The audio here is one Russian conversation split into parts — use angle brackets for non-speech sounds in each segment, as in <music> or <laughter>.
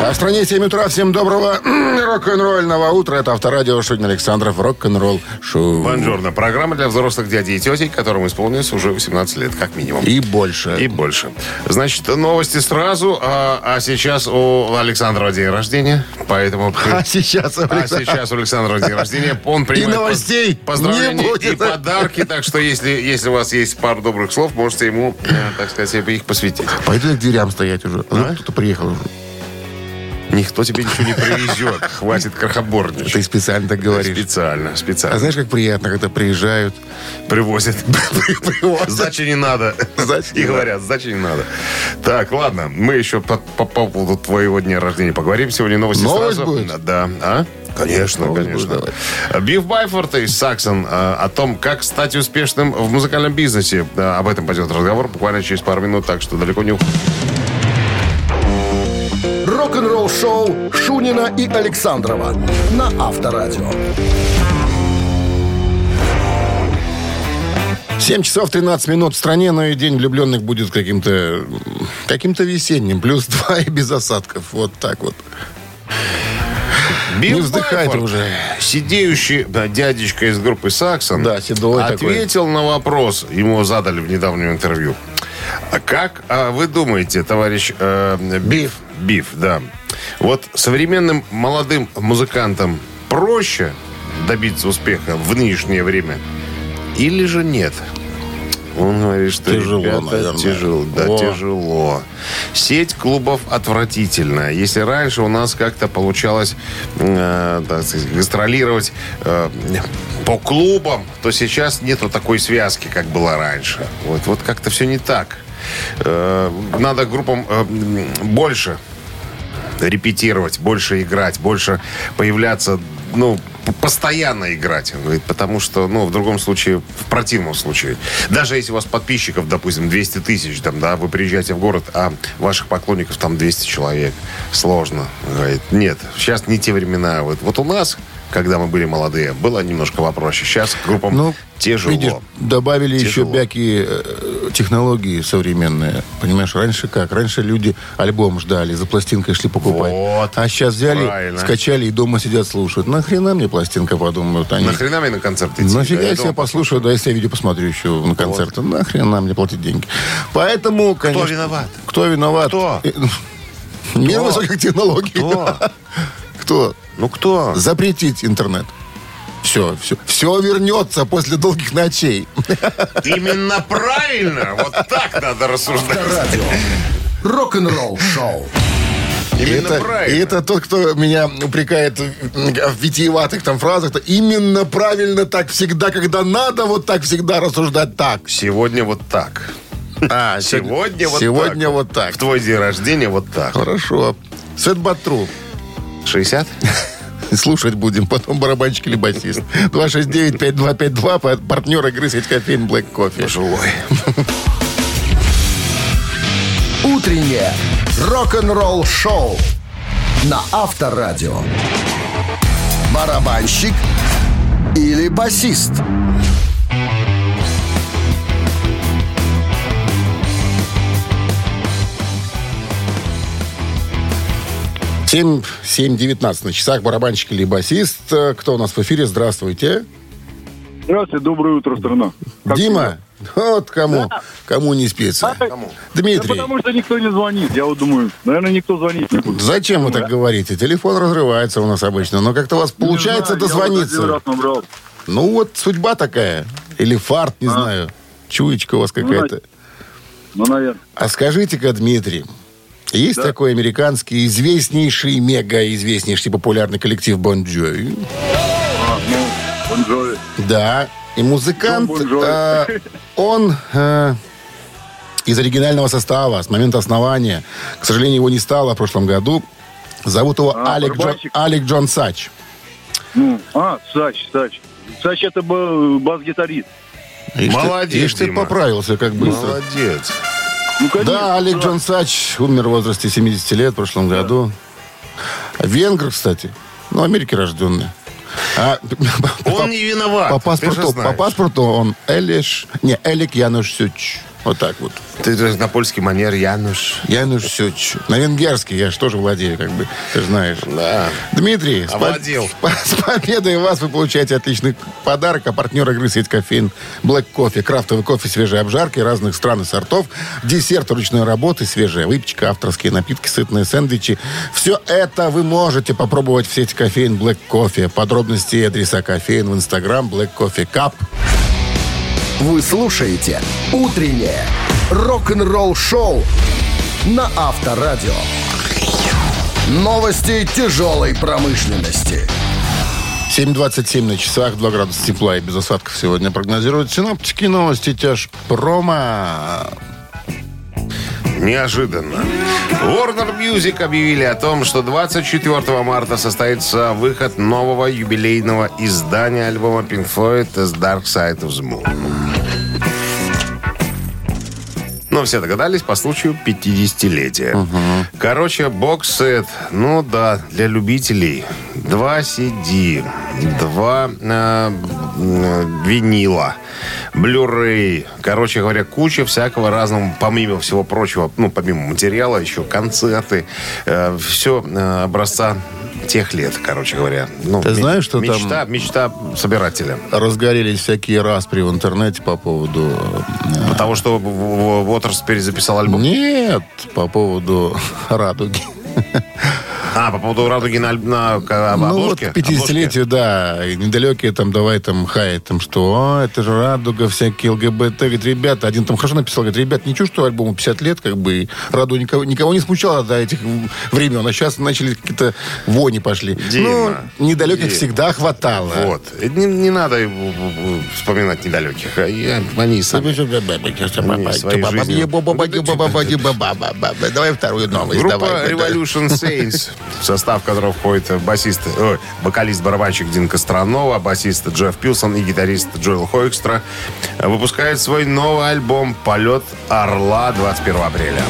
А в стране 7 утра. Всем доброго м, рок-н-ролльного утра. Это авторадио Шунин Александров. Рок-н-ролл шоу. Бонжорно. Программа для взрослых дядей и тетей, которым исполнилось уже 18 лет, как минимум. И больше. И больше. Значит, новости сразу, а, а сейчас у Александра день рождения, поэтому... при- А сейчас, А Александр, сейчас у Александра день рождения. Он принимает поз- новостей поздравления не будет. и подарки. Так что, если, если у вас есть пару добрых слов, можете ему, э, так сказать, их посвятить. Пойду я к дверям стоять уже. А? Кто-то приехал уже. Никто тебе ничего не привезет. Хватит Ты крохоборничать. специально так говоришь. Специально, А специально. знаешь, как приятно, когда приезжают. <laughs> Привозят. Сдачи не надо. Сдачи И не надо. говорят, сдачи не надо. Так, ладно, мы еще по, по поводу твоего дня рождения поговорим. Сегодня новости Новость сразу. будет? Да. А? Конечно, Новость конечно. будет, Биф Байфорд из Саксон а, о том, как стать успешным в музыкальном бизнесе. Да, об этом пойдет разговор буквально через пару минут, так что далеко не уходите. Рок-н-ролл-шоу Шунина и Александрова на Авторадио. 7 часов 13 минут в стране, но и день влюбленных будет каким-то м, каким-то весенним. Плюс 2 и без осадков. Вот так вот. Билл Не вздыхай ты Байфорд, уже. Сидеющий да, дядечка из группы Саксон Да, седой такой. ответил на вопрос, ему задали в недавнем интервью. А как а, вы думаете, товарищ э, Биф? Биф, да. Вот современным молодым музыкантам проще добиться успеха в нынешнее время или же нет? Он говорит, что Тяжело, ребята, наверное. тяжело, да, Во. тяжело. Сеть клубов отвратительная. Если раньше у нас как-то получалось э, так сказать, гастролировать э, по клубам, то сейчас нету такой связки, как была раньше. Вот, вот как-то все не так. Э, надо группам э, м, больше репетировать, больше играть, больше появляться, ну, п- постоянно играть. Он говорит, потому что, ну, в другом случае, в противном случае. Даже если у вас подписчиков, допустим, 200 тысяч, там, да, вы приезжаете в город, а ваших поклонников там 200 человек. Сложно. Он Говорит, нет, сейчас не те времена. Вот, вот у нас, когда мы были молодые, было немножко попроще. Сейчас группам тяжело. Ну, видишь, добавили еще Тяжело. всякие э, технологии современные. Понимаешь, раньше как? Раньше люди альбом ждали, за пластинкой шли покупать. Вот. а сейчас взяли, Правильно. скачали и дома сидят, слушают. Нахрена мне пластинка, подумают они. Нахрена мне на концерт идти? Нафига, Да, я если я дома послушаю, да, если я видео посмотрю еще на концерт, нахрен нам мне платить деньги. Поэтому, конечно... виноват? Кто виноват? Кто? Э, <laughs> Мир высоких технологий. Кто? <laughs> Кто? Ну кто? Запретить интернет. Все, все, все вернется после долгих ночей. Именно правильно! Вот так надо рассуждать. Радио. Рок-н-ролл-шоу. Именно это, правильно. и это тот, кто меня упрекает в в витиеватых там фразах. то Именно правильно так всегда, когда надо, вот так всегда рассуждать так. Сегодня вот так. А, сегодня, вот сегодня так. вот так. В твой день рождения вот так. Хорошо. Свет Батру. 60? Слушать будем, потом барабанщик или басист. 269-5252, па- партнер игры сеть кофеин Black Кофе. Пожилой. Утреннее рок-н-ролл-шоу на Авторадио. Барабанщик или басист? 7-19 на часах, барабанщик или басист. Э, Кто у нас в эфире? Здравствуйте. Здравствуйте, доброе утро, страна. Как всегда. Дима. Вот кому, кому не спится. Да, Дмитрий. потому что никто не звонит. Я вот думаю, наверное, никто звонить не будет. Зачем вы так говорите? Телефон разрывается у нас обычно, но как-то у вас получается Не знаю, я вот один дозвониться. раз набрал. Ну вот судьба такая. Или фарт, А. не знаю. Чуечка у вас какая-то. Ну, наверное. А скажите-ка, Дмитрий, есть такой американский известнейший, мега известнейший популярный коллектив Бон Джови? А, ну, Бон Джови. Да. И музыкант, Джон Бон Джови. э, он э, из оригинального состава с момента основания. К сожалению, его не стало в прошлом году. Зовут его А, Алек, Джон, барабанщик? Алек Джон Сач. Ну, а, Сач, Сач. Сач это ба- бас-гитарист. Ишь ты- Молодец, ишь ты Дима. поправился как быстро. Молодец. Ну, конечно. Да, Алек Джон Сач умер в возрасте 70 лет в прошлом году. Венгр, кстати. Ну, Америки рожденный. А, Он не виноват. ты по, же паспорту, по знаешь. паспорту он Элиш... Не, Элик Януш Сюч. Вот так вот. Ты же на польский манер, Януш. Януш Сюч. ну, На венгерский я же тоже владею, как бы, ты же знаешь. Да. Дмитрий, с, по- Овладел. с <laughs> по- с победой вас вы получаете отличный подарок. А партнер игры сеть кофеин Black Кофе. Крафтовый кофе свежей обжарки разных стран и сортов. Десерт ручной работы, свежая выпечка, авторские напитки, сытные сэндвичи. Все это вы можете попробовать в сети кофеин Black Кофе. Подробности и адреса кофеин в инстаграм Black Кофе Cup. Вы слушаете «Утреннее рок-н-ролл-шоу» на Авторадио. Новости тяжелой промышленности. 7.27 на часах, 2 градуса тепла и без осадков сегодня прогнозируют синоптики. Новости тяжпрома. Неожиданно. Warner Music объявили о том, что 24 марта состоится выход нового юбилейного издания альбома Pink Floyd The Dark Side of the Moon. Ну, все догадались, по случаю 50-летия. Короче, бокс-сет. Ну да, для любителей. Два CD, два э, м, винила, блюрей. Короче говоря, куча всякого разного, помимо всего прочего, ну, помимо материала, еще концерты. все образца тех лет, короче говоря. Ну, Ты ме- знаешь, что там- мечта, Мечта собирателя. разгорелись всякие распри в интернете по поводу... э, Того, что в- в- в- Уотерс перезаписал альбом. Нет, по поводу <laughs> радуги. А, по поводу радуги на, аль- на к- об- ну вот А обложке? к 50-летию, да, и недалекие там давай там хай, там что, «О, это же радуга, всякие ЛГБТ. Говорит, ребята, один там хорошо написал, говорит, ребят, ничего, что альбому 50 лет, как бы, и радуга никого, никого не смущала до этих времен, а сейчас начали какие-то вони пошли. Дима, ну, недалеких Дима. всегда хватало. Обложке. Вот. И Не, не надо э, э, э, вспоминать недалеких. а я- Они сами. Давай вторую новость. Группа давай. <laughs> Revolution Saints, в состав которого входит э, басист, э, вокалист-барабанщик Дин Костронова, басист Джефф Пилсон и гитарист Джоэл Хойкстра, э, выпускает свой новый альбом «Полет Орла» 21 апреля.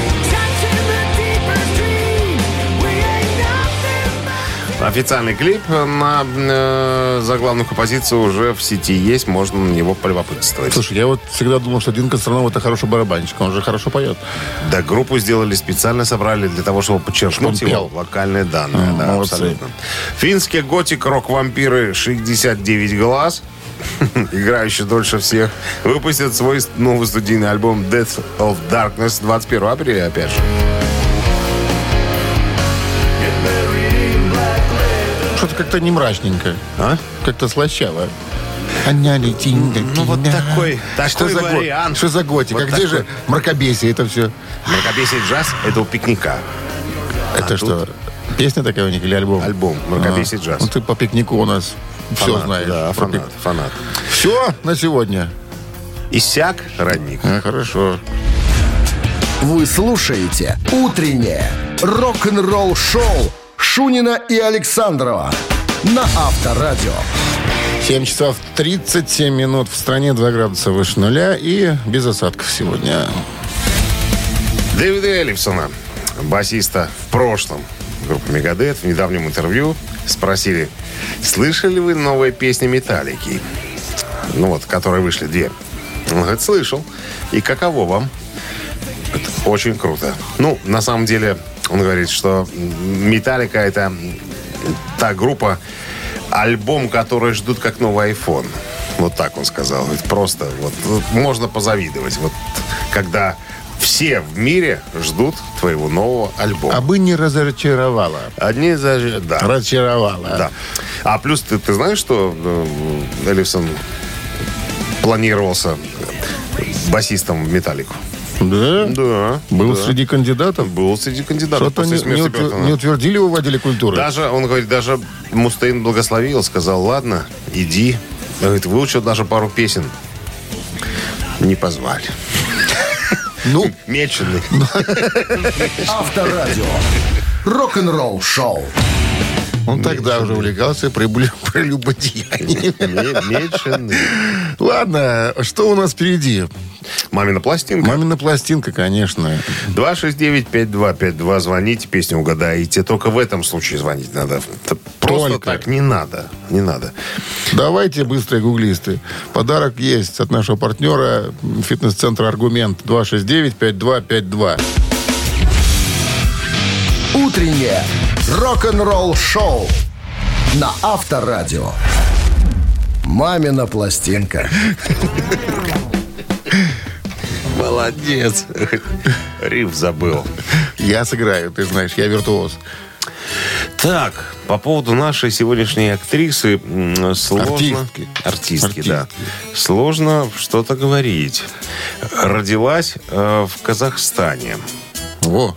Официальный клип на э, заглавную композицию уже в сети есть, можно на него полюбопытствовать. Слушай, я вот всегда думал, что Дин Костронов это хороший барабанщик. Он же хорошо поет. Да, группу сделали специально, собрали для того, чтобы подчеркнуть Чтобы он его пел. локальные данные. А, да, молодцы. абсолютно. Финские готик-рок-вампиры 69 глаз, <laughs> играющие дольше всех, выпустят свой новый студийный альбом Death of Darkness 21 апреля, опять же. Что-то как-то не мрачненько. А? Как-то слащаво. Ну, вот такой- такой за го- вариант. Что за готик? а Вот где же мракобесие это все? Мракобесие джаз — это у пикника. это что, песня такая у них или альбом? А Альбом «Мракобесие джаз». Ну, ты по пикнику у нас все Фанат, знаешь. Да, фанат, фанат. Все на сегодня. Иссяк родник. А, хорошо. Вы слушаете «Утреннее рок-н-ролл-шоу» Шунина и Александрова на Авторадио. 7 часов 37 минут в стране, 2 градуса выше нуля и без осадков сегодня. Дэвида Эллифсона, басиста в прошлом группы Мегадет, в недавнем интервью спросили, слышали вы новые песни Металлики? Ну вот, которые вышли две. Он говорит, слышал. И каково вам? Это очень круто. Ну, на самом деле, он говорит, что Металлика это та группа, альбом, который ждут как новый iPhone. Вот так он сказал. Говорит, Просто вот, вот можно позавидовать. Вот когда все в мире ждут твоего нового альбома. А бы не разочаровала. Одни за... Да. Разочаровала. Да. А плюс ты, ты знаешь, что э, Эллифсон планировался басистом в «Металлику»? Да? Да. Был среди кандидатов? Был среди кандидатов Что-то не, после смерти не утвер- Бертона. не утвердили его водили культуры? Даже, он говорит, даже Мустейн благословил, сказал, ладно, иди. Он Говорит, выучил даже пару песен. Не позвали. Ну, <laughs> <laughs> Меченый. Авторадио. рок-н-ролл шоу. Он тогда уже увлекался прибли- <laughs> прелюбодеянием. Меченый. Ладно, что у нас впереди? Мамина пластинка. Мамина пластинка, конечно. 269-5252. Звоните, песню угадаете. Только в этом случае звонить надо. Это Просто Только. так не надо. Не надо. Давайте быстрые гуглисты. Подарок есть от нашего партнера м, фитнес-центра «Аргумент» 269-5252. Утреннее рок-н-ролл шоу на Авторадио. Мамина пластинка. Молодец. Риф забыл. Я сыграю, ты знаешь, я виртуоз. Так, по поводу нашей сегодняшней актрисы м, сложно... Артистки. Артистки, Артистки. да. Сложно что-то говорить. Родилась э, в Казахстане. Во,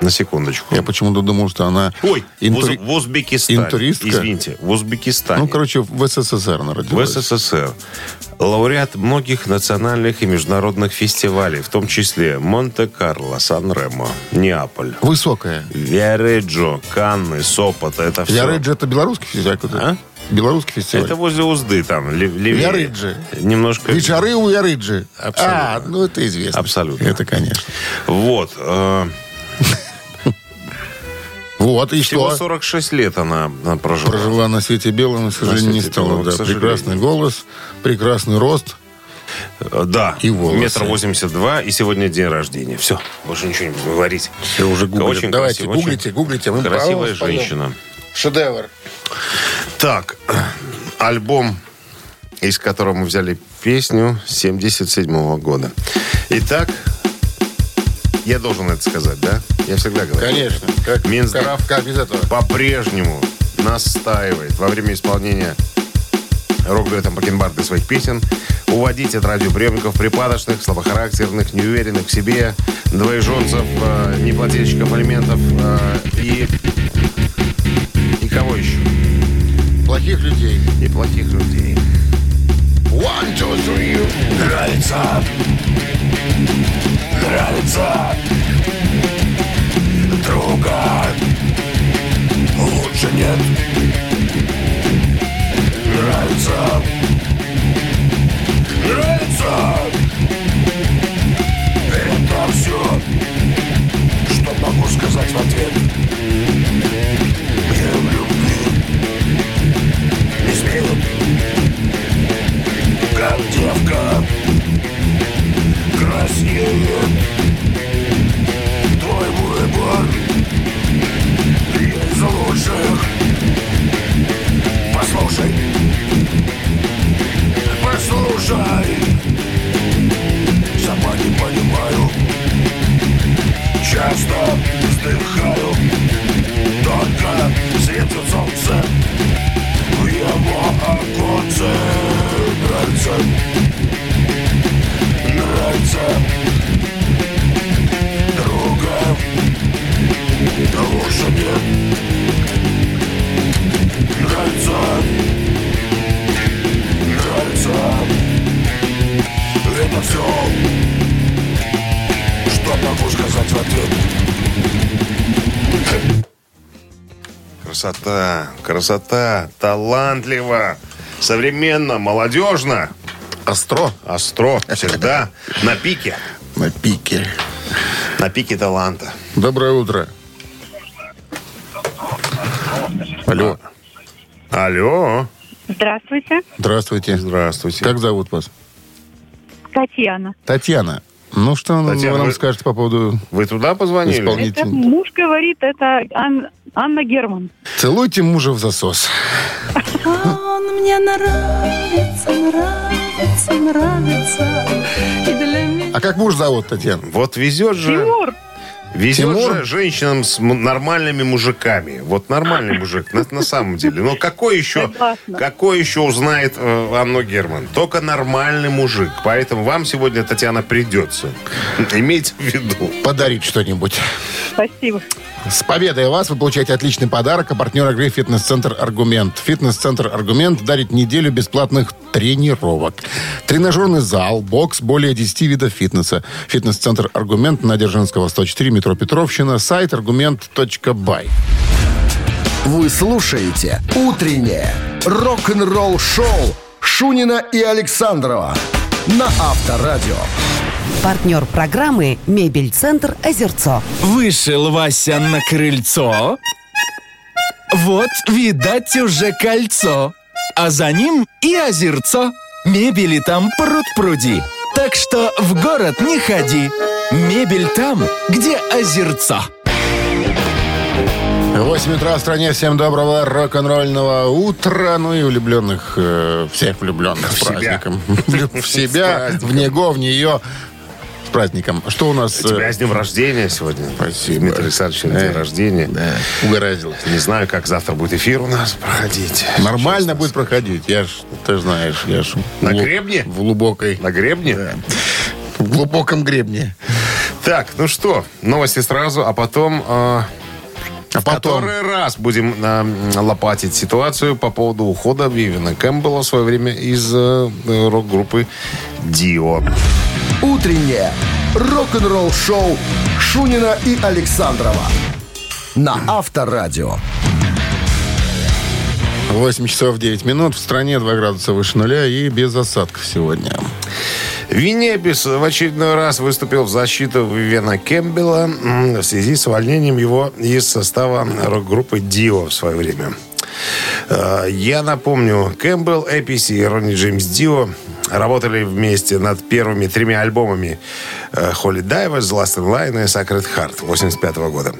На секундочку. я почему-то думал, что она... Ой, интури- в, Уз- в Узбекистане. интуристка? Извините, в Узбекистане. Ну, короче, в СССР она В родилась. СССР. Лауреат многих национальных и международных фестивалей, в том числе Монте-Карло, Сан-Ремо, Неаполь, Высокая. Виареджо, Канны, Сопот. Это все. Виариджи это белорусский фестиваль какой-то? А? Белорусский фестиваль. Это возле Узды там, ле- левее. Виариджо. Немножко. Вечеры у Яриджи. Абсолютно. А, ну это известно. Абсолютно. Это, конечно. Вот. э, Вот, и всего что? 46 лет она, она прожила. Прожила на свете белом, и, к сожалению, не свете стала. белом, да. к сожалению. Прекрасный голос, прекрасный рост. Э, Да. И волосы. Метр восемьдесят два, и сегодня день рождения. Все, больше ничего не буду говорить. Все уже гуглят. Очень Давайте, красиво, гуглите, очень гуглите, а мы Красивая паузу споем. женщина. Шедевр. Так, альбом, из которого мы взяли песню 77 года. Итак, я должен это сказать, да? Я всегда говорю. Конечно. Как, Минздрав. Как, как без этого? По-прежнему настаивает во время исполнения рок-дуэтом Бакенбарды своих песен уводить от радиоприемников припадочных, слабохарактерных, неуверенных в себе, двоеженцев, э, неплательщиков алиментов э, и... И кого еще? Плохих людей. и плохих людей. One, two, three. Нравится. Нравится. Друга. Лучше нет. Нравится. Нравится. Это все, что могу сказать в ответ. как девка Краснеет Твой выбор Из лучших Послушай Послушай Сама не понимаю Часто вздыхаю Только светит солнце в его оконце Нравится Нравится Друга Лучше нет Нравится Нравится Это все Что могу сказать в ответ Красота, красота, талантливо, современно, молодежно, Остро остро, всегда на пике, на пике. на пике таланта. Доброе утро. Алло. А, Алло, Здравствуйте, Здравствуйте. здравствуйте. Как зовут вас? Татьяна. Татьяна. Ну, что Татьяна, вы нам вы- скажете по поводу... Вы туда позвонили? Исполнитель. Это муж говорит, это Ан- Анна Герман. Целуйте мужа в засос. Он мне нравится, нравится, нравится. И для меня... А как муж зовут, Татьяна? Вот везет же, Тимур, везет Тимур? же женщинам с м- нормальными мужиками. Вот нормальный мужик, на, на самом деле. Но какой еще, Согласна. какой еще узнает э, Анну Герман? Только нормальный мужик. Поэтому вам сегодня, Татьяна, придется иметь в виду. Подарить что-нибудь. спасибо. С победой вас вы получаете отличный подарок. А партнер игры «Фитнес-центр Аргумент». «Фитнес-центр Аргумент» дарит неделю бесплатных тренировок. Тренажерный зал, бокс, более 10 видов фитнеса. «Фитнес-центр Аргумент» на Дзержинского, 104, метро Петровщина, сайт аргумент.бай. Вы слушаете «Утреннее рок-н-ролл-шоу» Шунина и Александрова на Авторадио. Партнер программы «Мебель-центр Озерцо». Вышел Вася на крыльцо. Вот, видать, уже кольцо. А за ним и озерцо. Мебели там пруд-пруди. Так что в город не ходи. Мебель там, где озерцо. 8 утра в стране. Всем доброго рок-н-ролльного утра. Ну и влюбленных, э, всех влюбленных с себя. <laughs> праздником. Влю- В себя, в него, в нее. С праздником. Что у нас? С э, днем рождения сегодня. Спасибо. Дмитрий Александрович, на день Э, рождения. да, Угораздило. Не знаю, как завтра будет эфир у нас проходить. Нормально будет проходить. Я ж, ты ж знаешь, я ж... На в глу- гребне? В глубокой... На гребне? В глубоком гребне. Так, ну что, новости сразу, а потом... э, А потом... Который раз будем э, лопатить ситуацию по поводу ухода Вивина Кэмпбелла в свое время из э, рок-группы Дио. Утреннее рок-н-ролл-шоу Шунина и Александрова на Авторадио. 8 часов 9 минут. В стране 2 градуса выше нуля и без осадков сегодня. Винепис в очередной раз выступил в защиту Вивена Кэмпбелла м, в связи с увольнением его из состава рок-группы Дио в свое время. Э, Я напомню, Кэмпбелл, Эписи и Ронни Джеймс Дио работали вместе над первыми тремя альбомами э, Холли Дайверс, Last in Line и Sacred Heart 85 года.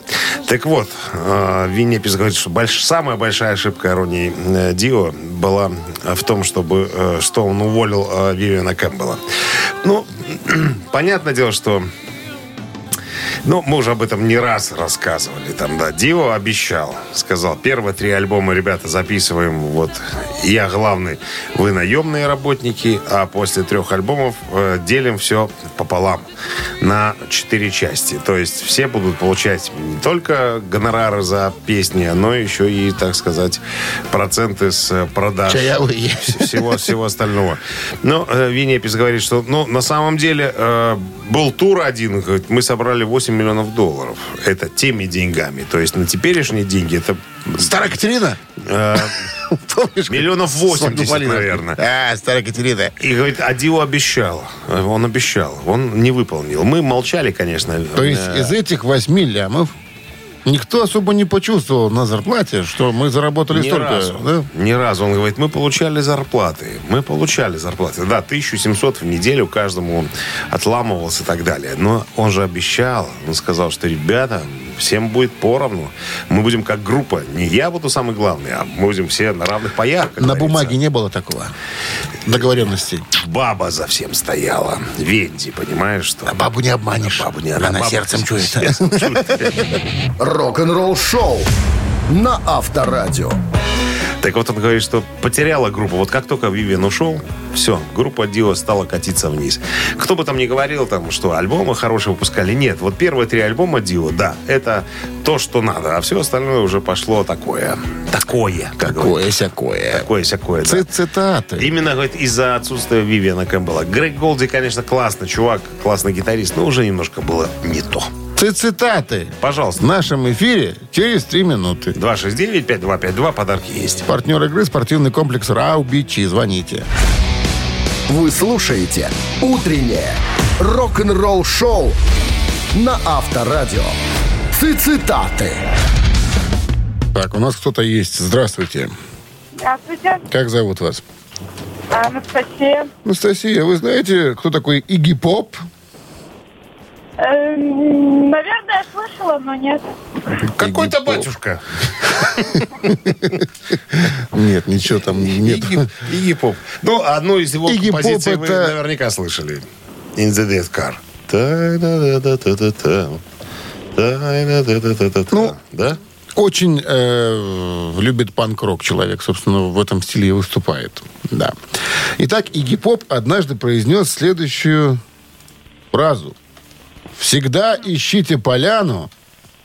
Так вот, э, Винепис говорит, что больш- самая большая ошибка Ронни э, Дио была э, в том, чтобы, э, что он уволил э, Вивиана Кэмпбелла. Ну, <clears throat> понятное дело, что ну, мы уже об этом не раз рассказывали. Там, да, Дио обещал, сказал, первые три альбома, ребята, записываем, вот, я главный, вы наемные работники, а после трех альбомов э, делим все пополам на четыре части. То есть все будут получать не только гонорары за песни, но еще и, так сказать, проценты с э, продаж Чаевые. вс- всего, всего остального. Но э, Винепис говорит, что ну, на самом деле э, был тур один, говорит, мы собрали 8 миллионов долларов. Это теми деньгами. То есть на теперешние деньги это <laughs> Старая Катерина? э, <laughs> Помнишь, миллионов как с 80, Владимиром? наверное. А, старая Катерина. И говорит, а Дио обещал. Э, Он обещал. Он не выполнил. Мы молчали, конечно. Э, То есть из этих 8 лямов никто особо не почувствовал на зарплате, что мы заработали Ни столько. разу. да? Ни разу. Он говорит, мы получали зарплаты. Мы получали зарплаты. Да, 1700 в неделю каждому он отламывался и так далее. Но он же обещал. Он сказал, что, ребята, всем будет поровну. Мы будем как группа. Не я буду самый главный, а мы будем все на равных паях. как На говорится. бумаге не было такого договоренности. Баба за всем стояла. Венди, понимаешь, что... А бабу не обманешь. Бабу не- Она бабу сердцем чует. сердцем <laughs> чует. Рок-н-ролл-шоу на Авторадио. Так вот он говорит, что потеряла группу. Вот как только Вивен ушел, все, группа Дио стала катиться вниз. Кто бы там ни говорил, там, что альбомы хорошие выпускали, нет. Вот первые три альбома Дио, да, это то, что надо. А все остальное уже пошло такое. Такое, как говорится. а Кое-сякое. Такое, всякое. Ци- Цитаты. Именно, говорит, из-за отсутствия Вивиана Кэмпбелла. Грег Голди, конечно, классный чувак, классный гитарист, но уже немножко было не то. Ци- Цитаты. В Пожалуйста. нашем эфире через 3 минуты. 269-5252, подарки есть. Партнер игры спортивный комплекс «Рау Бичи». Звоните. Вы слушаете «Утреннее рок-н-ролл-шоу» на Авторадио. Цитаты. Так, у нас кто-то есть. Здравствуйте. Здравствуйте, Как зовут вас? А, ну, Анастасия. Анастасия, вы знаете, кто такой Игги Поп? э, Эм, Наверное, я слышала, но нет. Какой-то батюшка. Нет, ничего там нет. Игги, Игги Поп. Ну, одну из его Игги Поп композиций вы это- наверняка слышали. In the Dead Car. Та-да-да-да-да-да. Та-да-да-да-да-да. Ну, да? Очень э, любит панк-рок человек, собственно, в этом стиле и выступает. Да. Итак, Игги Поп однажды произнес следующую фразу. «Всегда ищите поляну,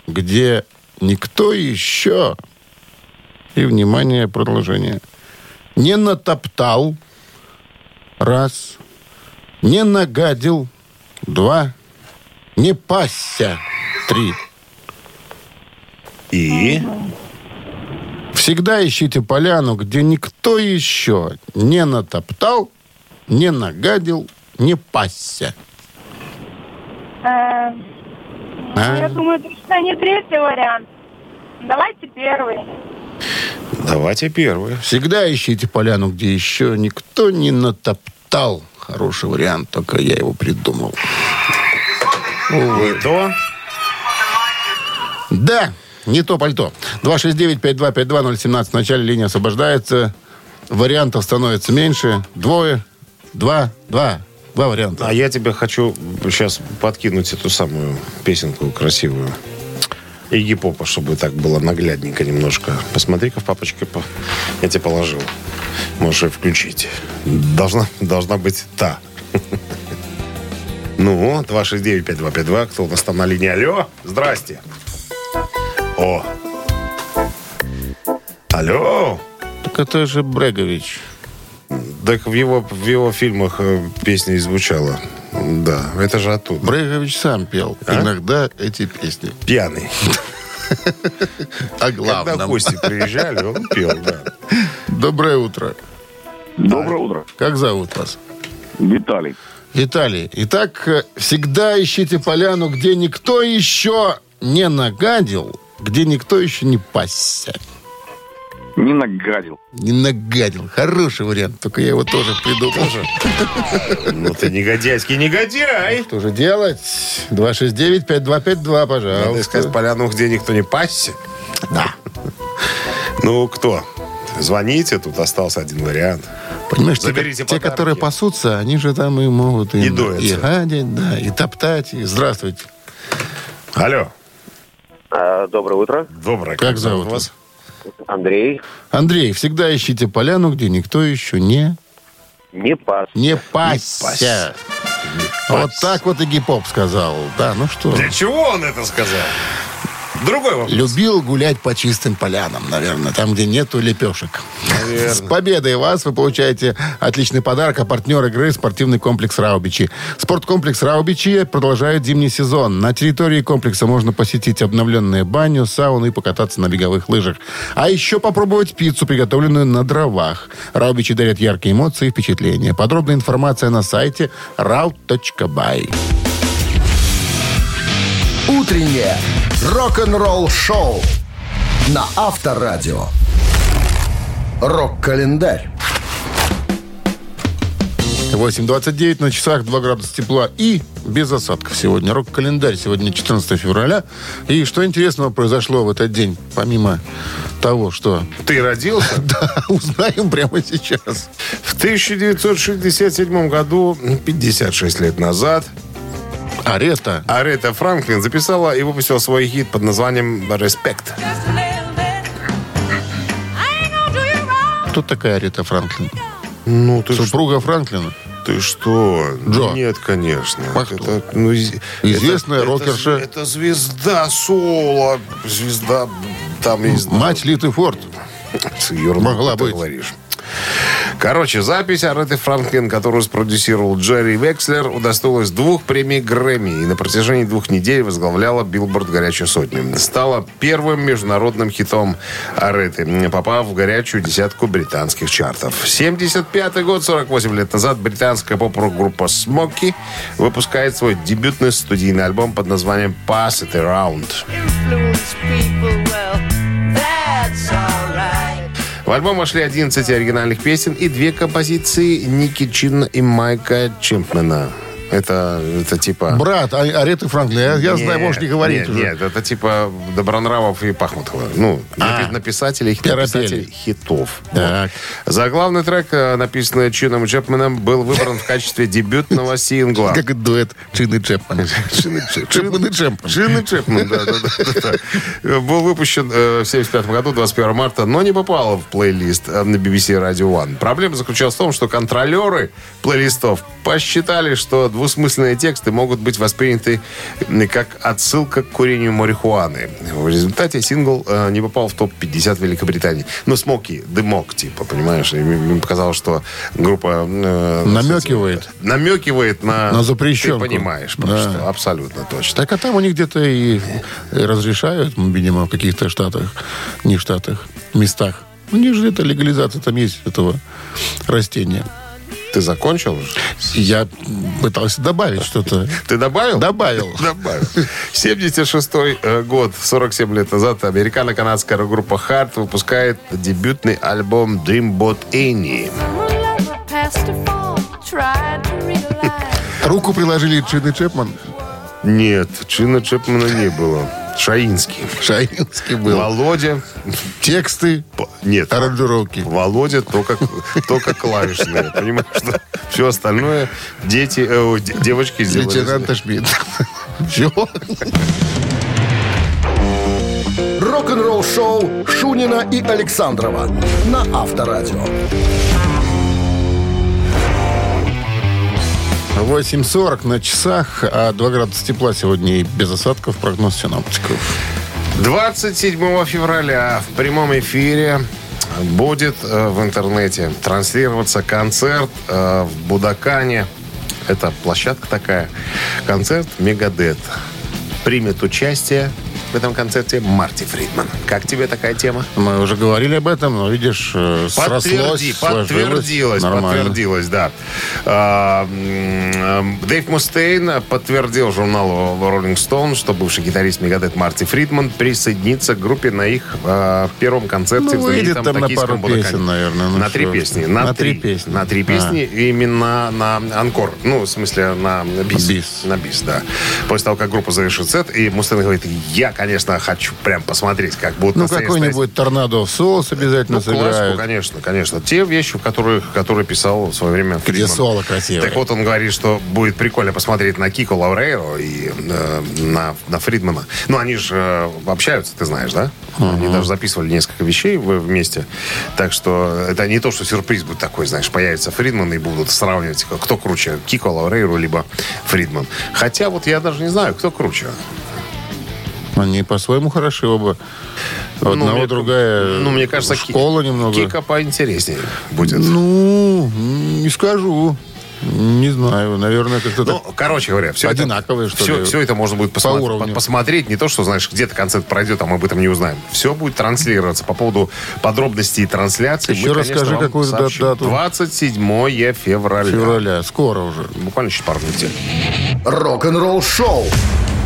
где Никто еще. И, внимание, продолжение. Не натоптал. Раз. Не нагадил. Два. Не пасся. Три. И? Всегда ищите поляну, где никто еще не натоптал, не нагадил, не пасся. Э, А? Я думаю, точно не третий вариант. Давайте первый. Давайте первый. Всегда ищите поляну, где еще никто не натоптал. Хороший вариант, только я его придумал. Вы то? Да, не то пальто. 269-5252-017. В начале линия освобождается. Вариантов становится меньше. Двое, два, два. Два варианта. А я тебе хочу сейчас подкинуть эту самую песенку красивую. Игги Попа, чтобы так было наглядненько немножко. Посмотри-ка в папочке, по- я тебе положил. Можешь ее включить. Должна, должна быть та. Ну, 269-5252. Кто у нас там на линии? Алло, здрасте. О. Алло. Так это же Брегович. Так в его, в его фильмах э, песня и звучала. Да, это же оттуда. Брегович сам пел иногда эти песни. А Пьяный. О Когда главном. гости приезжали, он пел, да. Доброе утро. Доброе утро, Как зовут вас? Виталий. Виталий. Итак, э, всегда ищите поляну, где никто еще не нагадил, где никто еще не пасся. Не нагадил. Не нагадил. Хороший вариант, только я его тоже придумал. Ну ты негодяйский негодяй. Что же делать? 269-5252, Надо пожалуйста. искать поляну, где никто не пасся. Да. Ну, кто? Звоните, тут остался один вариант. Понимаешь, те, Заберите те, подарки. которые пасутся, они же там и могут и, И дуются. и гадить, да, и топтать. И... Здравствуйте. Алло. доброе утро, Доброе. Как зовут вас? Андрей. Андрей, всегда ищите поляну, где никто еще не... Не пас. Не пасся. пасся. Вот так вот и гипоп сказал. Да, ну что. Для чего он это сказал? Другой вопрос. Любил гулять по чистым полянам, наверное, там, где нету лепешек. С победой вас! Вы получаете отличный подарок, а партнер игры – спортивный комплекс «Раубичи». Спорткомплекс «Раубичи» продолжает зимний сезон. На территории комплекса можно посетить обновленную баню, сауну и покататься на беговых лыжах. А еще попробовать пиццу, приготовленную на дровах. «Раубичи» дарят яркие эмоции и впечатления. Подробная информация на сайте rau.by. Утреннее рок-н-ролл-шоу на Авторадио. Рок-календарь. 8.29 на часах, 2 градуса тепла и без осадков сегодня. Рок-календарь сегодня 14 февраля. И что интересного произошло в этот день, помимо того, что... <laughs> Ты родился? Да, узнаем прямо сейчас. В 1967 году, 56 лет назад, Арета. Арета Франклин записала и выпустила свой хит под названием «Респект». Кто такая Арета Франклин? Ну, ты Супруга Франклина. Ты что? Ну Джо. Нет, конечно. А кто? Это, ну, из- Известная это- рокерша. Это, это звезда соло, звезда там есть... Мать Литы Форд. могла могла быть. быть. Говоришь. Короче, запись Ареты Франклин, которую спродюсировал Джерри Векслер, удостоилась двух премий Грэмми и на протяжении двух недель возглавляла билборд «Горячую сотню». Стала первым международным хитом Ареты, попав в горячую десятку британских чартов. 75 год, 48 лет назад, британская поп-рок-группа «Смоки» выпускает свой дебютный студийный альбом под названием «Pass It Around». В альбом вошли 11 оригинальных песен и две композиции Ники Чинна и Майка Чемпмена. Это, это типа... Брат А- Ареты Франклин. Я, я знаю, можешь не говорить нет, уже. Нет, это типа Добронравов и Пахмутова. Ну, напи- написателей, Пиропели. написателей хитов. Так. За главный трек, э, написанный Чином и Чепменом, был выбран в качестве дебютного сингла. Как это дуэт Чин и Чепман. Чин и Чепман. Джин и Чепмен, Ну да, да, да, да. Был выпущен э, в 75 году, 21 марта, но не попал в плейлист э, на BBC Radio One. Проблема заключалась в том, что контролеры плейлистов посчитали, что двусмысленные тексты могут быть восприняты как отсылка к курению марихуаны. В результате сингл э, не попал в топ-50 Великобритании. Но смоки, дымок, типа, понимаешь? И мне показалось, что группа... э, Намекивает. Намекивает на... На запрещенку. Ты понимаешь, Да. просто, абсолютно точно. Так а там у них где-то и разрешают, ну, видимо, в каких-то штатах, не штатах, местах. У них же это легализация там есть этого растения. Ты закончил уже? Я пытался добавить что-то. Ты добавил? Добавил. Добавил. 76 э, год, 47 лет назад, американо-канадская группа Heart выпускает дебютный альбом Dreambot Annie. Руку приложили Джинни Чепман. Нет, Чина Чепмана не было. Шаинский. Шаинский был. Володя. Тексты, П- Нет. аранжировки. Володя только, только клавишные. Понимаешь, что все остальное дети, э, о, де- девочки сделали. Лейтенанта Шмидт. Чего? Рок-н-ролл-шоу Шунина и Александрова на Авторадио. 8.40 на часах, а 2 градуса тепла сегодня и без осадков прогноз синоптиков. 27 февраля в прямом эфире будет э, в интернете транслироваться концерт э, в Будакане. Это площадка такая. Концерт Мегадет. Примет участие в этом концерте Марти Фридман. Как тебе такая тема? Мы уже говорили об этом, но видишь, э, Подтверди- срослось, подтвердилось, сложилось нормально. подтвердилось, да. А, м, э, Дэйв Мустейн подтвердил журналу Rolling Stone, что бывший гитарист Мегадет Марти Фридман присоединится к группе на их э, первом концерте Ну, в выйдет знаменитом там на токийском пару Будакане. песен, наверное, ну на три что. песни. На, На три три песни. На три песни именно на анкор. Ну, в смысле, на бис. Бис. На бис, да. После того, как группа завершит сет, и Мустейн говорит, я, конечно, хочу прям посмотреть, как будут на Ну, сцене какой-нибудь торнадо в соус обязательно ну, классику, сыграют. конечно, конечно. Те вещи, в которых, которые писал в свое время Где Фридман. соло красивое. Так вот, он говорит, что будет прикольно посмотреть на Кико Лаврейро и э, на, на Фридмана. Ну, они же э, общаются, ты знаешь, да? Они даже записывали несколько вещей в- вместе. Так что это не то, что сюрприз будет такой, знаешь, появится Фридман и будут сравнивать, кто круче, Кико Лаврейро либо Фридман. Хотя вот я даже не знаю, кто круче. Они по-своему хороши оба. Одного, Ну, мне- другая э, Ну, мне кажется, Ки- школа немного. Кико поинтереснее будет. Ну, не скажу. Не знаю, наверное, как-то Ну, так. короче говоря, все Одинаковые, это, что все, ли, все это можно будет по посмотр- уровню. по- посмотреть. Не то, что, знаешь, где-то концерт пройдет, а мы об этом не узнаем. Все будет транслироваться. По поводу подробностей и трансляции Еще мы, расскажи, конечно, вам какую сообщим. дату. 27 февраля. Февраля, скоро уже. Буквально через пару недель. Рок-н-ролл-шоу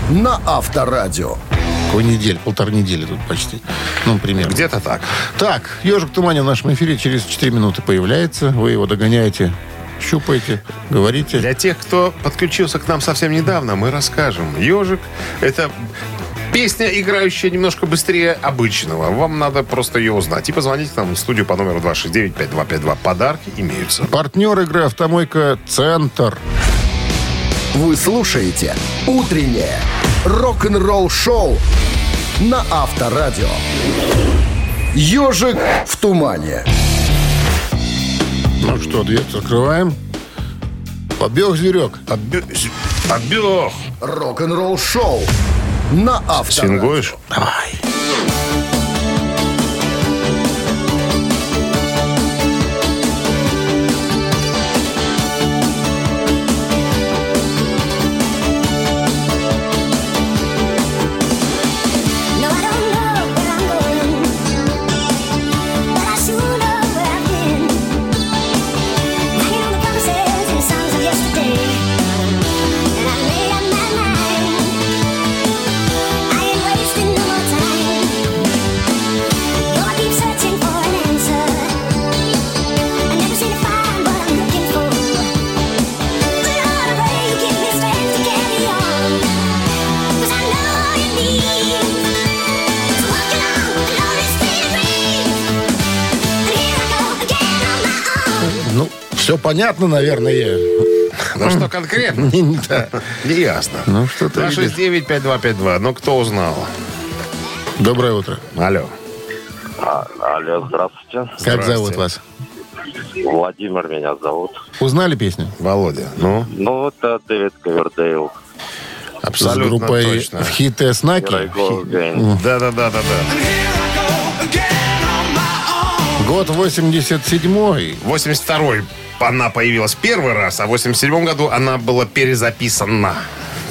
на Авторадио. Какой недель? Полторы недели тут почти. Ну, примерно. Где-то так. Так, ежик в тумане в нашем эфире через 4 минуты появляется. Вы его догоняете, щупаете, говорите. Для тех, кто подключился к нам совсем недавно, мы расскажем. Ежик – это песня, играющая немножко быстрее обычного. Вам надо просто ее узнать. И позвоните нам в студию по номеру 269-5252. Подарки имеются. Партнер игры «Автомойка Центр». Вы слушаете «Утреннее рок-н-ролл-шоу» на Авторадио. «Ежик в тумане». Ну что, дверцу открываем. Побег зверек. Обех! Рок-н-ролл-шоу на Авторадио. Сингуешь? Ну, все понятно, наверное. Ну что <laughs> конкретно? Не ясно. Ну, что-то 269-5252. Ну кто узнал? Доброе утро. Алло. Алло, здравствуйте. Как Здравствуйте. зовут вас? Владимир меня зовут. Узнали песню? Володя, ну, Ну, это Дэвид <laughs> Ковердейл. абсолютно С группой точно. в хите Here I go again. Да-да-да-да-да. Год 87-й. 82-й она появилась первый раз, а в 87-м году она была перезаписана.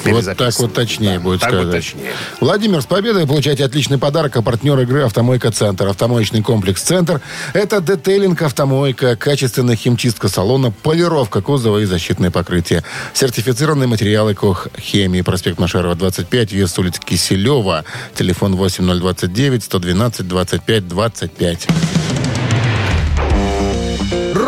Вот так Перезаписана. вот точнее Да, будет так вот сказать. точнее. Владимир, с победой получаете отличный подарок от партнера игры «Автомойка Центр». Автомоечный комплекс «Центр» — это детейлинг автомойка, качественная химчистка салона, полировка кузова и защитное покрытие. Сертифицированные материалы «Коххемии». Проспект Машарова, 25, вес улицы Киселева. Телефон 8029-112-25-25.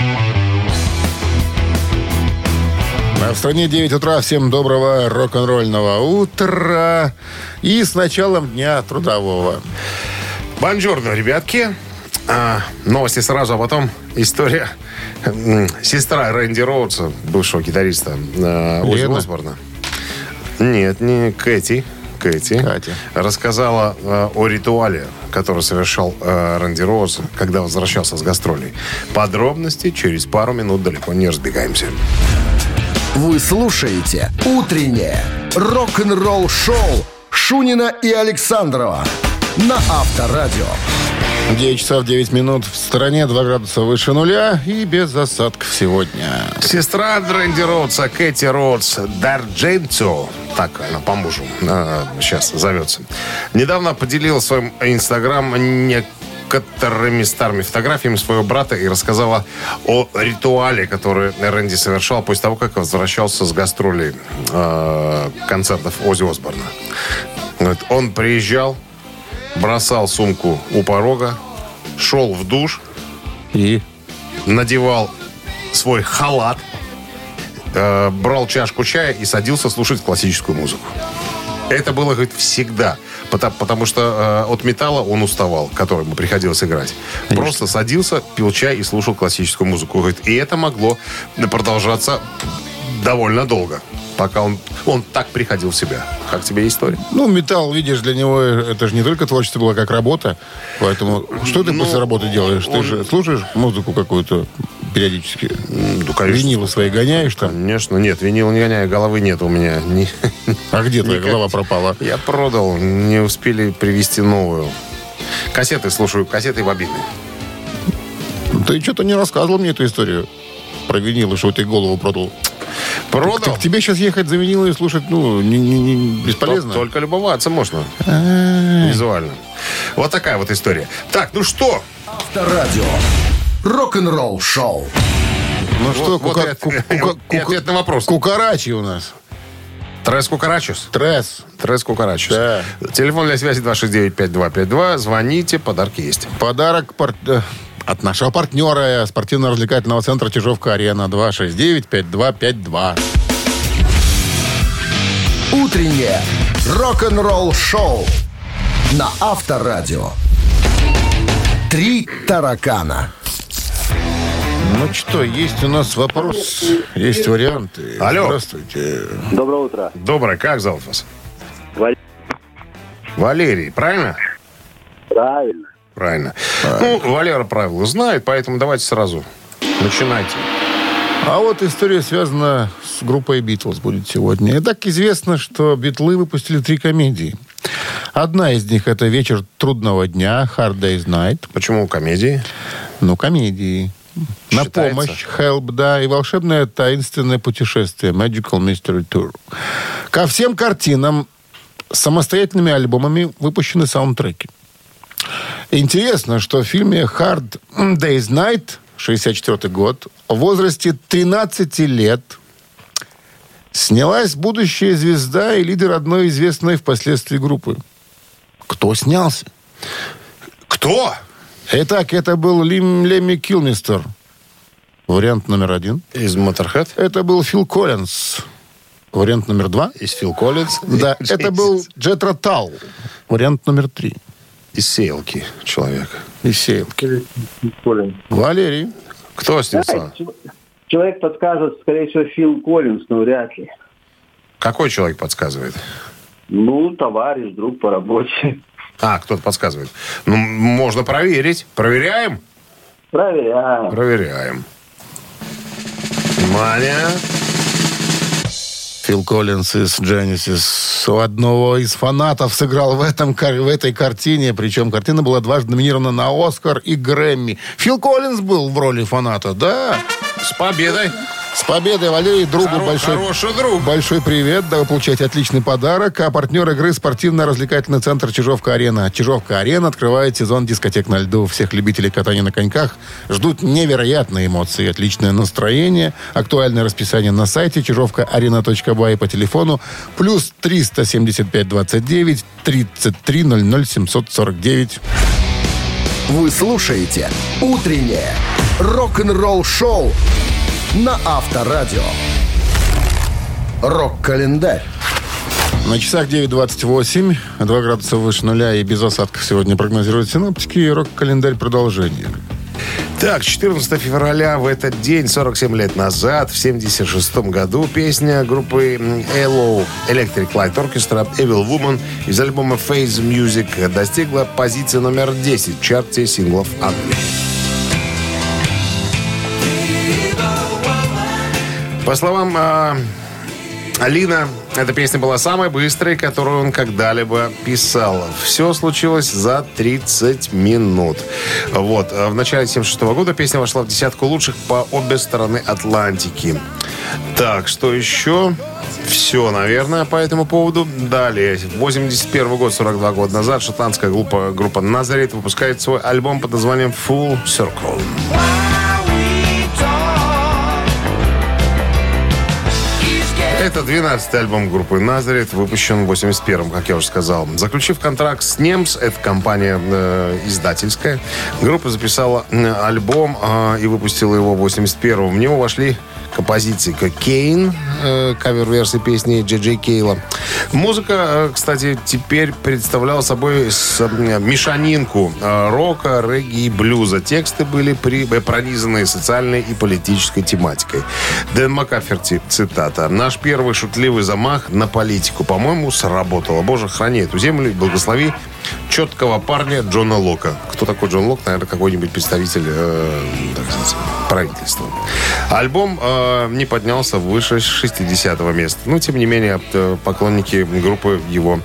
А в стране 9 утра. Всем доброго рок-н-ролльного утра. И с началом дня трудового. Бонжорно, ребятки. А, новости сразу, а потом история. М, Сестра Рэнди Роудса, бывшего гитариста э, Оззи Лена? Осборна. Нет, не Кэти. Кэти. Катя. Рассказала э, о ритуале, который совершал э, Рэнди Роуз, когда возвращался с гастролей. Подробности через пару минут далеко не разбегаемся. Вы слушаете «Утреннее рок-н-ролл-шоу» Шунина и Александрова на Авторадио. 9 часов 9 минут в стране, 2 градуса выше нуля и без осадков сегодня. Сестра Рэнди Роудса, Кэти Роудс, Дардженцо, так она по мужу э, сейчас зовется, недавно поделилась в своем инстаграм некоторыми старыми фотографиями своего брата и рассказала о ритуале, который Рэнди совершал после того, как возвращался с гастролей э, концертов Оззи Осборна. Говорит, он приезжал, бросал сумку у порога, шел в душ, И надевал свой халат, э, брал чашку чая и садился слушать классическую музыку. Это было, говорит, всегда. Потому, потому что э, от металла он уставал, который ему приходилось играть. Просто садился, пил чай и слушал классическую музыку. Говорит, и это могло продолжаться довольно долго, пока он, он так приходил в себя. Как тебе история? ну, металл, видишь, для него это же не только творчество было, как работа. Поэтому что ты Ну, после работы делаешь? Ты он- же слушаешь музыку какую-то периодически? ну, конечно. Винилы свои гоняешь там? Конечно, нет, винил не гоняю, головы нет у меня. <laughs> Ни- А где твоя Никак. голова пропала? Я продал, не успели привезти новую. Кассеты слушаю, кассеты бобины. Ты что-то не рассказывал мне эту историю про винилы, что ты голову продал. Так, Продал? так тебе сейчас ехать за винилы и слушать, ну, не, не- не- бесполезно. Ну Тол- Только любоваться можно. Визуально. Вот такая вот история. Так, ну что? Авторадио. Рок-н-ролл-шоу. Ну что, вот кука- и от- ку- кука- <laughs> и ответ на вопрос. Кукарачи у нас. Трес Кукарачус? Трес. Трес Кукарачус. Да. Телефон для связи 269-5252. Звоните, подарки есть. Подарок пар- э, от нашего партнера э, спортивно-развлекательного центра «Чижовка-арена» 269-5252. Утреннее рок-н-ролл-шоу на Авторадио. Три таракана. Ну что, есть у нас вопрос, есть варианты. Алло. Здравствуйте. Доброе утро. Доброе, как зовут вас? Валерий. Валерий, правильно? Правильно. Правильно. Ну, Валера правила знает, поэтому давайте сразу. Начинайте. А вот история связана с группой «Битлз» будет сегодня. И так известно, что «Битлы» выпустили три комедии. Одна из них – это «Вечер трудного дня», «Hard Day's Night». Почему комедии? Ну, комедии. На Считается? помощь, Help, да, и волшебное таинственное путешествие Magical Mystery Tour. Ко всем картинам с самостоятельными альбомами выпущены саундтреки. Интересно, что в фильме Hard Day's Night 64 год в возрасте 13 лет снялась будущая звезда и лидер одной известной впоследствии группы. Кто снялся? Кто? Итак, это был Лим Лемми Килмистер. Вариант номер один. Из Motorhead? Это был Фил Коллинз. Вариант номер два. Из Фил Коллинз? <laughs> Да, это был Джет Ротал. Вариант номер три. Из Сейлки человек. Из Сейлки. Валерий. Кто с ним стал? Человек подскажет, скорее всего, Фил Коллинс, но вряд ли. Какой человек подсказывает? Ну, товарищ, друг по работе. А, кто-то подсказывает. Ну, можно проверить. Проверяем? Проверяем. Проверяем. Внимание. Фил Коллинс из Genesis у одного из фанатов сыграл в, этом, кар- в этой картине. Причем картина была дважды номинирована на Оскар и Грэмми. Фил Коллинз был в роли фаната, да. С победой. С победой, Валерий, другу Хоро- большой... Хороший друг. Большой привет, да, вы получаете отличный подарок. А партнер игры спортивно-развлекательный центр «Чижовка-арена». «Чижовка-арена» открывает сезон дискотек на льду. Всех любителей катания на коньках ждут невероятные эмоции, отличное настроение. Актуальное расписание на сайте чижовка-арена.бай и по телефону плюс 375 29 33 00 749. Вы слушаете «Утреннее рок-н-ролл-шоу» на Авторадио. Рок-календарь. На часах 9.28, 2 градуса выше нуля и без осадков сегодня прогнозируют синоптики. И Рок-календарь продолжение. Так, 14 февраля в этот день, 47 лет назад, в 76 году, песня группы м, Hello Electric Light Orchestra Evil Woman из альбома Phase Music достигла позиции номер 10 в чарте синглов Англии. По словам а, Алина, эта песня была самой быстрой, которую он когда-либо писал. Все случилось за 30 минут. Вот. а В начале 76 года песня вошла в десятку лучших по обе стороны Атлантики. Так, что еще? Все, наверное, по этому поводу. Далее. 81 год, 42 года назад, шотландская группа, группа Назарет выпускает свой альбом под названием Full Circle. Это 12-й альбом группы «Назарет», выпущен в 81-м, как я уже сказал. Заключив контракт с «Немс», это компания э, издательская, группа записала э, альбом э, и выпустила его в 81-м. В него вошли композиции «Кокейн», э, кавер-версии песни Джей Джей Кейла. Музыка, э, кстати, теперь представляла собой с- э, мешанинку э, рока, регги и блюза. Тексты были при- э, пронизаны социальной и политической тематикой. Дэн Макаферти, цитата. «Наш первый шутливый замах на политику, по-моему, сработало. Боже, храни эту землю и благослови четкого парня Джона Лока». Кто такой Джон Лок? Наверное, какой-нибудь представитель э, так сказать, правительства. Альбом э, не поднялся выше 60-го места. Но, тем не менее, э, поклонники группы его,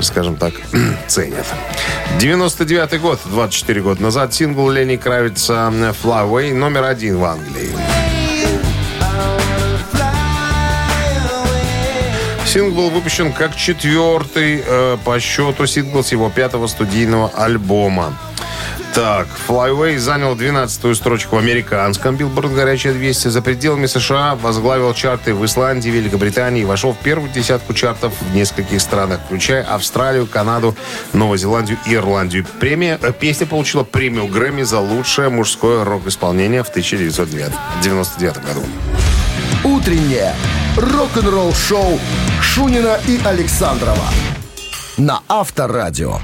скажем так, <clears throat> ценят. 99 год, 24 года назад, сингл Лени Кравица «Fly Away» номер один в Англии. Сингл был выпущен как четвертый э, по счету сингл с его пятого студийного альбома. Так, Flyway занял 12-ю строчку в американском билборд «Горячая 200». За пределами США возглавил чарты в Исландии, Великобритании и вошел в первую десятку чартов в нескольких странах, включая Австралию, Канаду, Новую Зеландию и Ирландию. Премия, э, песня получила премию Грэмми за лучшее мужское рок-исполнение в 1999 году. Утреннее рок-н-ролл-шоу Шунина и Александрова на Авторадио.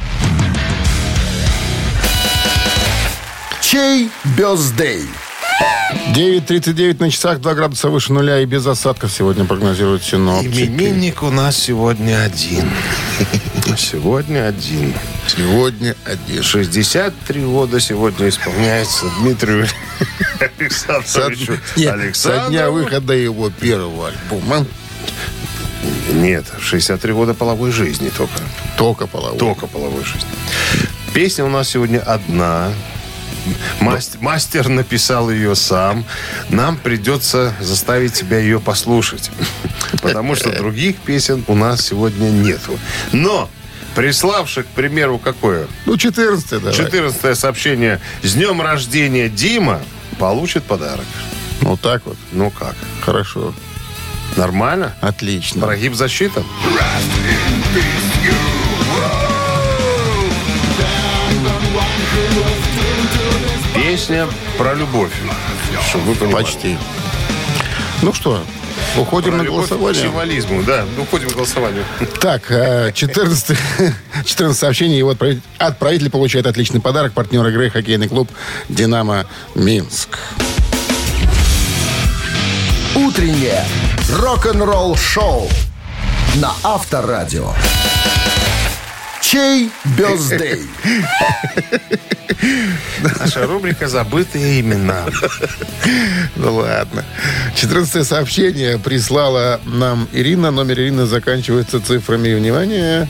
Чей бездей? 9.39 на часах, 2 градуса выше нуля и без осадков сегодня прогнозируют синоптики. Именинник у нас сегодня один. <laughs> Сегодня один. Сегодня один. 63 года сегодня исполняется Дмитрию <laughs> Со, Александровичу. Нет, со дня Александрову. выхода его первого альбома. Нет, 63 года половой жизни только. Только половой. Только половой жизни. Песня у нас сегодня одна. Маст- мастер написал ее сам. Нам придется заставить тебя ее послушать. Потому что других песен у нас сегодня нету. Но приславший, к примеру, какое? Ну, 14 давай. 14 сообщение. С днем рождения Дима получит подарок. Вот так вот. Ну как? Хорошо. Нормально? Отлично. Прогиб засчитан? песня про любовь. Чтобы вы понимали. Почти. Ну что, уходим Про на любовь к голосование. символизму, да. Ну, уходим к голосованию. Так, э, <laughs> 14, 14 сообщений. Его отправитель, отправитель получает отличный подарок. Партнер игры хоккейный клуб «Динамо Минск». Утреннее рок-н-ролл-шоу на Авторадио. Чей бездей? Наша рубрика «Забытые имена». Ну ладно. 14 сообщение прислала нам Ирина. Номер Ирины заканчивается цифрами. Внимание.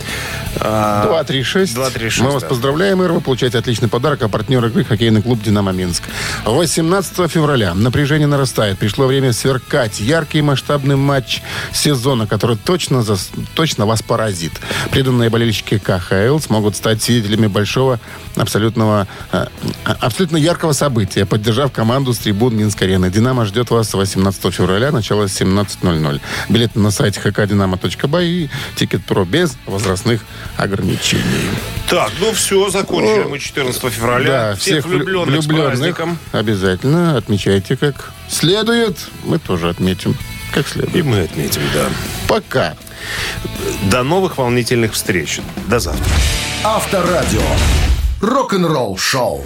236. 236, Мы вас да. поздравляем, Ира. Вы получаете отличный подарок. А партнер игры хоккейный клуб «Динамо Минск». 18 февраля напряжение нарастает. Пришло время сверкать. Яркий и масштабный матч сезона, который точно, зас- точно вас поразит. Преданные болельщики КХЛ смогут стать свидетелями большого абсолютного, э, абсолютно яркого события, поддержав команду с трибун Минской арены. «Динамо» ждет вас 18 февраля, начало 17.00. Билеты на сайте hkdinamo.by и «Тикет.Про» без возрастных ограничений. Так, ну все, закончили мы 14 февраля. Да, всех, всех влю- влюбленных, влюбленных с праздником. обязательно отмечайте как следует. Мы тоже отметим как И следует. мы отметим, да. Пока. До новых волнительных встреч. До завтра. Авторадио. Рок-н-ролл-шоу.